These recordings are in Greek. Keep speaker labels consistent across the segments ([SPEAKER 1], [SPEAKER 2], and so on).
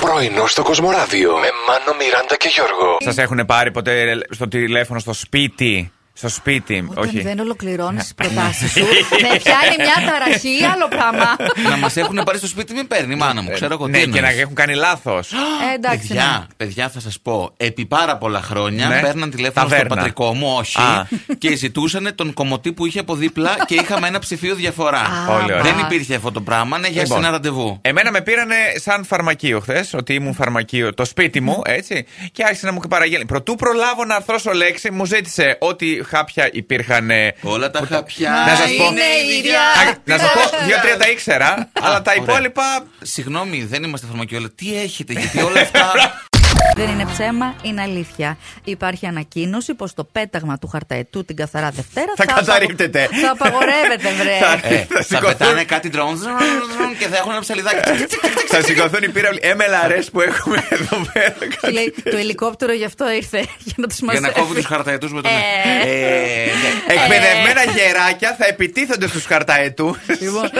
[SPEAKER 1] Πρωινό στο Κοσμοράδιο με Μάνο, Μιράντα και Γιώργο.
[SPEAKER 2] Σας έχουν πάρει ποτέ στο τηλέφωνο στο σπίτι. Στο σπίτι,
[SPEAKER 3] Όταν
[SPEAKER 2] όχι.
[SPEAKER 3] δεν ολοκληρώνεις τις προτάσεις σου, με πιάνει μια ταραχή, άλλο πράγμα.
[SPEAKER 4] να μας έχουν πάρει στο σπίτι, μην παίρνει η μάνα μου. Ξέρω εγώ τι.
[SPEAKER 2] ναι, και να
[SPEAKER 4] εννοείς.
[SPEAKER 2] έχουν κάνει λάθος.
[SPEAKER 3] Ε, Εντάξει. ναι.
[SPEAKER 4] Παιδιά, παιδιά, θα σας πω. Επί πάρα πολλά χρόνια
[SPEAKER 2] Ναι.
[SPEAKER 4] παίρναν τηλέφωνο στο
[SPEAKER 2] Ταβέρνα.
[SPEAKER 4] πατρικό μου, όχι.
[SPEAKER 2] Α.
[SPEAKER 4] και ζητούσαν τον κομωτή που είχε από δίπλα και είχαμε ένα ψηφίο διαφορά.
[SPEAKER 3] Α,
[SPEAKER 2] Πολύ ωραία.
[SPEAKER 4] Δεν
[SPEAKER 3] μπα.
[SPEAKER 4] υπήρχε αυτό το πράγμα, ναι, για
[SPEAKER 2] Λοιπόν.
[SPEAKER 4] ένα ραντεβού.
[SPEAKER 2] Εμένα με πήρανε σαν φαρμακείο χθες, ότι ήμουν φαρμακείο, το σπίτι μου, έτσι, και άρχισε να μου παραγγέλνει. Προτού προλάβω να αρθρώσω λέξη, μου ζήτησε ότι χάπια υπήρχαν. ε,
[SPEAKER 4] Όλα τα χαπιά.
[SPEAKER 2] Να σας πω-
[SPEAKER 3] Είναι Ναι, η ίδια.
[SPEAKER 2] Α, Να σας πω, δύο-τρία τα ήξερα, αλλά τα
[SPEAKER 4] ωραία.
[SPEAKER 2] υπόλοιπα.
[SPEAKER 4] Συγγνώμη, δεν είμαστε φαρμακείο, αλλά τι έχετε, γιατί όλα αυτά.
[SPEAKER 3] Δεν είναι ψέμα, είναι αλήθεια. Υπάρχει ανακοίνωση πως το πέταγμα του χαρταετού την καθαρά Δευτέρα
[SPEAKER 2] Θα
[SPEAKER 3] απαγο-
[SPEAKER 2] καταρρύπτεται.
[SPEAKER 3] Θα απαγορεύεται, βρε.
[SPEAKER 2] Θα-
[SPEAKER 4] Ε,
[SPEAKER 2] Θα
[SPEAKER 4] θα
[SPEAKER 2] σηκωθούν.
[SPEAKER 4] πετάνε κάτι drones και θα έχουν ένα ψαλιδάκι.
[SPEAKER 2] Θα σηκωθούν οι πύραυλοι MLRS που έχουμε εδώ πέρα.
[SPEAKER 3] Και λέει, το ελικόπτερο γι' αυτό ήρθε, για να τους
[SPEAKER 4] Για
[SPEAKER 3] μαζέψει.
[SPEAKER 4] να κόβουν τους χαρταετούς με τον.
[SPEAKER 3] Ε.
[SPEAKER 4] Ε, ναι.
[SPEAKER 2] Εκπαιδευμένα γεράκια θα επιτίθενται στους χαρταετούς.
[SPEAKER 3] Λοιπόν.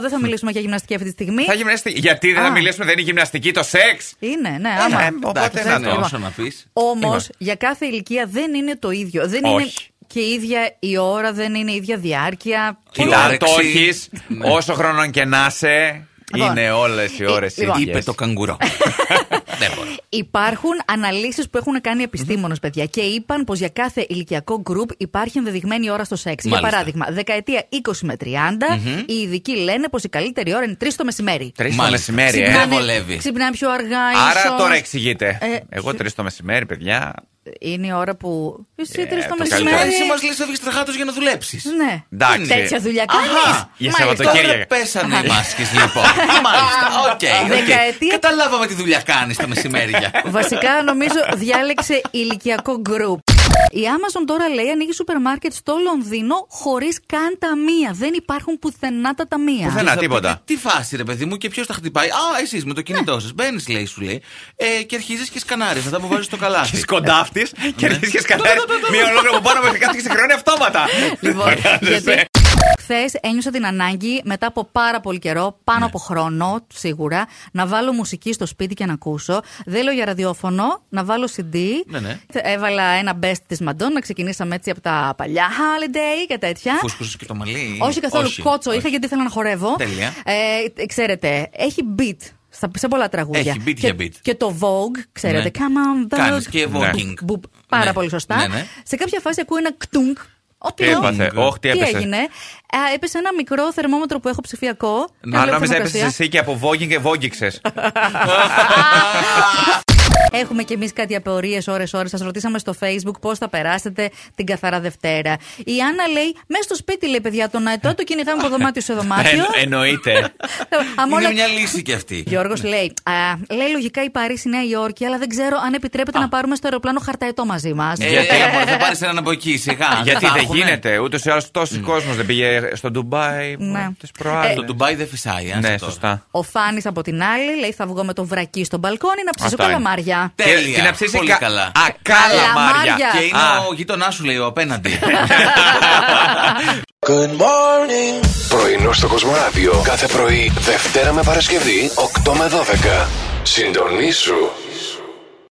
[SPEAKER 3] Δεν θα μιλήσουμε για γυμναστική αυτή τη στιγμή.
[SPEAKER 2] Θα γυμναστεί. Γιατί δεν θα
[SPEAKER 3] Ε, Α.
[SPEAKER 2] μιλήσουμε, δεν είναι γυμναστική το σεξ.
[SPEAKER 3] Είναι, ναι,
[SPEAKER 2] Ε,
[SPEAKER 3] άμα.
[SPEAKER 2] ε, Οπότε
[SPEAKER 4] Εντάξει,
[SPEAKER 2] να
[SPEAKER 4] ναι,
[SPEAKER 2] το.
[SPEAKER 4] όσο να πεις.
[SPEAKER 3] Όμως
[SPEAKER 2] Λοιπόν.
[SPEAKER 3] για κάθε ηλικία δεν είναι το ίδιο. Δεν είναι
[SPEAKER 2] Όχι.
[SPEAKER 3] και η ίδια η ώρα, δεν είναι η ίδια διάρκεια.
[SPEAKER 2] Κοίτα, αν
[SPEAKER 4] όρεξη.
[SPEAKER 2] το έχεις,
[SPEAKER 4] Ναι.
[SPEAKER 2] όσο χρόνο και να είσαι,
[SPEAKER 3] Λοιπόν.
[SPEAKER 2] είναι όλες οι ώρες οι
[SPEAKER 3] Λοιπόν.
[SPEAKER 2] ίδιες.
[SPEAKER 4] Είπε το καγκουρό. Δεν μπορώ.
[SPEAKER 3] Υπάρχουν αναλύσεις που έχουν κάνει επιστήμονες, παιδιά, και είπαν πως για κάθε ηλικιακό γκρουπ υπάρχει ενδεδειγμένη ώρα στο σεξ. Για
[SPEAKER 4] Μάλιστα.
[SPEAKER 3] παράδειγμα, δεκαετία 20 με 30, οι ειδικοί λένε πως η καλύτερη ώρα είναι 3 το μεσημέρι.
[SPEAKER 2] Τρεις το
[SPEAKER 4] Μάλιστα.
[SPEAKER 2] μεσημέρι, ε.
[SPEAKER 4] Ξυπνάμε. Δεν βολεύει.
[SPEAKER 3] ξυπνάμε πιο αργά,
[SPEAKER 2] Άρα
[SPEAKER 3] ίσως.
[SPEAKER 2] τώρα εξηγείτε.
[SPEAKER 3] Ε,
[SPEAKER 2] Εγώ τρεις το μεσημέρι, παιδιά.
[SPEAKER 3] Είναι η ώρα που. Εσύ
[SPEAKER 2] Ε,
[SPEAKER 3] 3 το
[SPEAKER 2] το
[SPEAKER 3] μεσημέρι.
[SPEAKER 2] καλύτερο.
[SPEAKER 4] Εσύ μας λες έφυγε τρεχάτο για να δουλέψεις.
[SPEAKER 3] Ναι.
[SPEAKER 2] Εντάξει.
[SPEAKER 3] Τέτοια δουλειά
[SPEAKER 4] Αχα.
[SPEAKER 2] Για
[SPEAKER 3] κάνει.
[SPEAKER 2] Σαββατοκύριακα.
[SPEAKER 4] Τώρα πέσανε οι μάσκες λοιπόν. Μάλιστα. Οκ. οκ.
[SPEAKER 3] Δεκαετία-
[SPEAKER 4] Καταλάβαμε τι δουλειά κάνεις τα μεσημέρια.
[SPEAKER 3] Βασικά, νομίζω διάλεξε ηλικιακό group. Η Amazon τώρα λέει ανοίγει σούπερ μάρκετ στο Λονδίνο χωρίς καν ταμεία. Δεν υπάρχουν πουθενά τα ταμεία.
[SPEAKER 2] Πουθενά.
[SPEAKER 4] Θα
[SPEAKER 2] τίποτα.
[SPEAKER 4] πείτε, Ε, Τι φάση, ρε παιδί μου, και ποιος τα χτυπάει. Α, εσείς με το κινητό σας. Μπαίνεις, λέει, σου λέει. ε, και αρχίζεις και σκανάρεις αυτά που βάζει το καλάθι.
[SPEAKER 2] Σκοντάφτη και αρχίζεις και σκαλάρι.
[SPEAKER 4] Ναι, ναι, ναι, ναι.
[SPEAKER 2] Μία ολόκληρη που πάνω μέχρι κάτω και συγχρονεί αυτόματα.
[SPEAKER 3] Λοιπόν,
[SPEAKER 2] Φαντάζεσαι.
[SPEAKER 4] ναι.
[SPEAKER 3] γιατί χθες ένιωσα την ανάγκη μετά από πάρα πολύ καιρό,
[SPEAKER 4] Ναι.
[SPEAKER 3] πάνω από χρόνο σίγουρα, να βάλω μουσική στο σπίτι και να ακούσω. Δεν λέω για ραδιόφωνο, να βάλω CD.
[SPEAKER 4] Ναι, ναι.
[SPEAKER 3] Έβαλα ένα best της Μαντών, να ξεκινήσαμε έτσι από τα παλιά holiday και τέτοια.
[SPEAKER 4] Φούσκωσε και το μαλλί.
[SPEAKER 3] Ε? Όχι καθόλου κότσο
[SPEAKER 4] όχι.
[SPEAKER 3] είχα γιατί ήθελα να χορεύω.
[SPEAKER 4] Τέλεια.
[SPEAKER 3] Ε, ξέρετε, έχει beat στα, σε πολλά τραγούδια.
[SPEAKER 4] Έχει beat
[SPEAKER 3] και,
[SPEAKER 4] για beat.
[SPEAKER 3] Και το Vogue, ξέρετε.
[SPEAKER 4] Ναι.
[SPEAKER 3] Come on, Vogue.
[SPEAKER 4] Κάνεις και
[SPEAKER 2] Ναι.
[SPEAKER 4] voguing.
[SPEAKER 3] Μπουπ, πάρα
[SPEAKER 4] Ναι.
[SPEAKER 3] πολύ σωστά.
[SPEAKER 4] Ναι, ναι.
[SPEAKER 3] Σε κάποια φάση ακούω ένα κτούνκ. Ό,τι
[SPEAKER 2] Τι έπαθε,
[SPEAKER 4] Κτούνκ.
[SPEAKER 2] όχι τι έπεσε.
[SPEAKER 3] έγινε. Ε, έπεσε ένα μικρό θερμόμετρο που έχω ψηφιακό.
[SPEAKER 2] Α,
[SPEAKER 3] Λέω
[SPEAKER 2] νόμιζα
[SPEAKER 3] θερμοκρασία.
[SPEAKER 2] έπεσε εσύ και από βόγγινγκ και βόγγιξες.
[SPEAKER 3] Έχουμε κι εμείς κάτι απορίε ώρε-ώρε. Σας ρωτήσαμε στο Facebook πώς θα περάσετε την καθαρά Δευτέρα. Η Άννα λέει: Μέσα στο σπίτι λέει παιδιά τον αετό, το κινητά μου από δωμάτιο σε δωμάτιο.
[SPEAKER 2] Εννοείται.
[SPEAKER 3] Αμόλα-
[SPEAKER 4] Είναι μια λύση κι αυτή.
[SPEAKER 3] Γιώργος λέει, α, λέει λογικά η Παρίσι, η Νέα Υόρκη, αλλά δεν ξέρω αν επιτρέπεται να πάρουμε στο αεροπλάνο χαρταετό μαζί μας.
[SPEAKER 4] Ε,
[SPEAKER 2] Γιατί-
[SPEAKER 4] άμα θα πάρεις έναν από εκεί, σιγά. δεν
[SPEAKER 2] Γιατί
[SPEAKER 4] θα
[SPEAKER 2] δεν
[SPEAKER 4] έχουνε.
[SPEAKER 2] γίνεται. Ούτως ή άλλως τόσο κόσμος δεν πήγε στο Ντουμπάι
[SPEAKER 3] Ναι.
[SPEAKER 2] τις προάλλες.
[SPEAKER 4] Ναι. Το Ντουμπάι δεν φυσάει, άσε
[SPEAKER 2] Ναι,
[SPEAKER 4] τώρα.
[SPEAKER 2] σωστά.
[SPEAKER 3] Ο Φάνης από την άλλη λέει: Θα βγω με το βρακί στο μπαλκόνι να ψήσω
[SPEAKER 2] Αυτά είναι. Ναι,
[SPEAKER 3] καλαμάρια.
[SPEAKER 4] Τε- Τέλεια.
[SPEAKER 2] Και- και να ψήσει
[SPEAKER 4] Πολύ
[SPEAKER 2] κα-
[SPEAKER 4] καλά.
[SPEAKER 2] Α, καλαμάρια.
[SPEAKER 3] Καλαμάρια.
[SPEAKER 4] Και είναι
[SPEAKER 2] Α.
[SPEAKER 4] ο γείτονάς σου, λέει, ο απέναντι.
[SPEAKER 1] Πρωινό στο Κοσμοράδιο κάθε πρωί, Δευτέρα με Παρασκευή, 8 με 12. Συντονίσου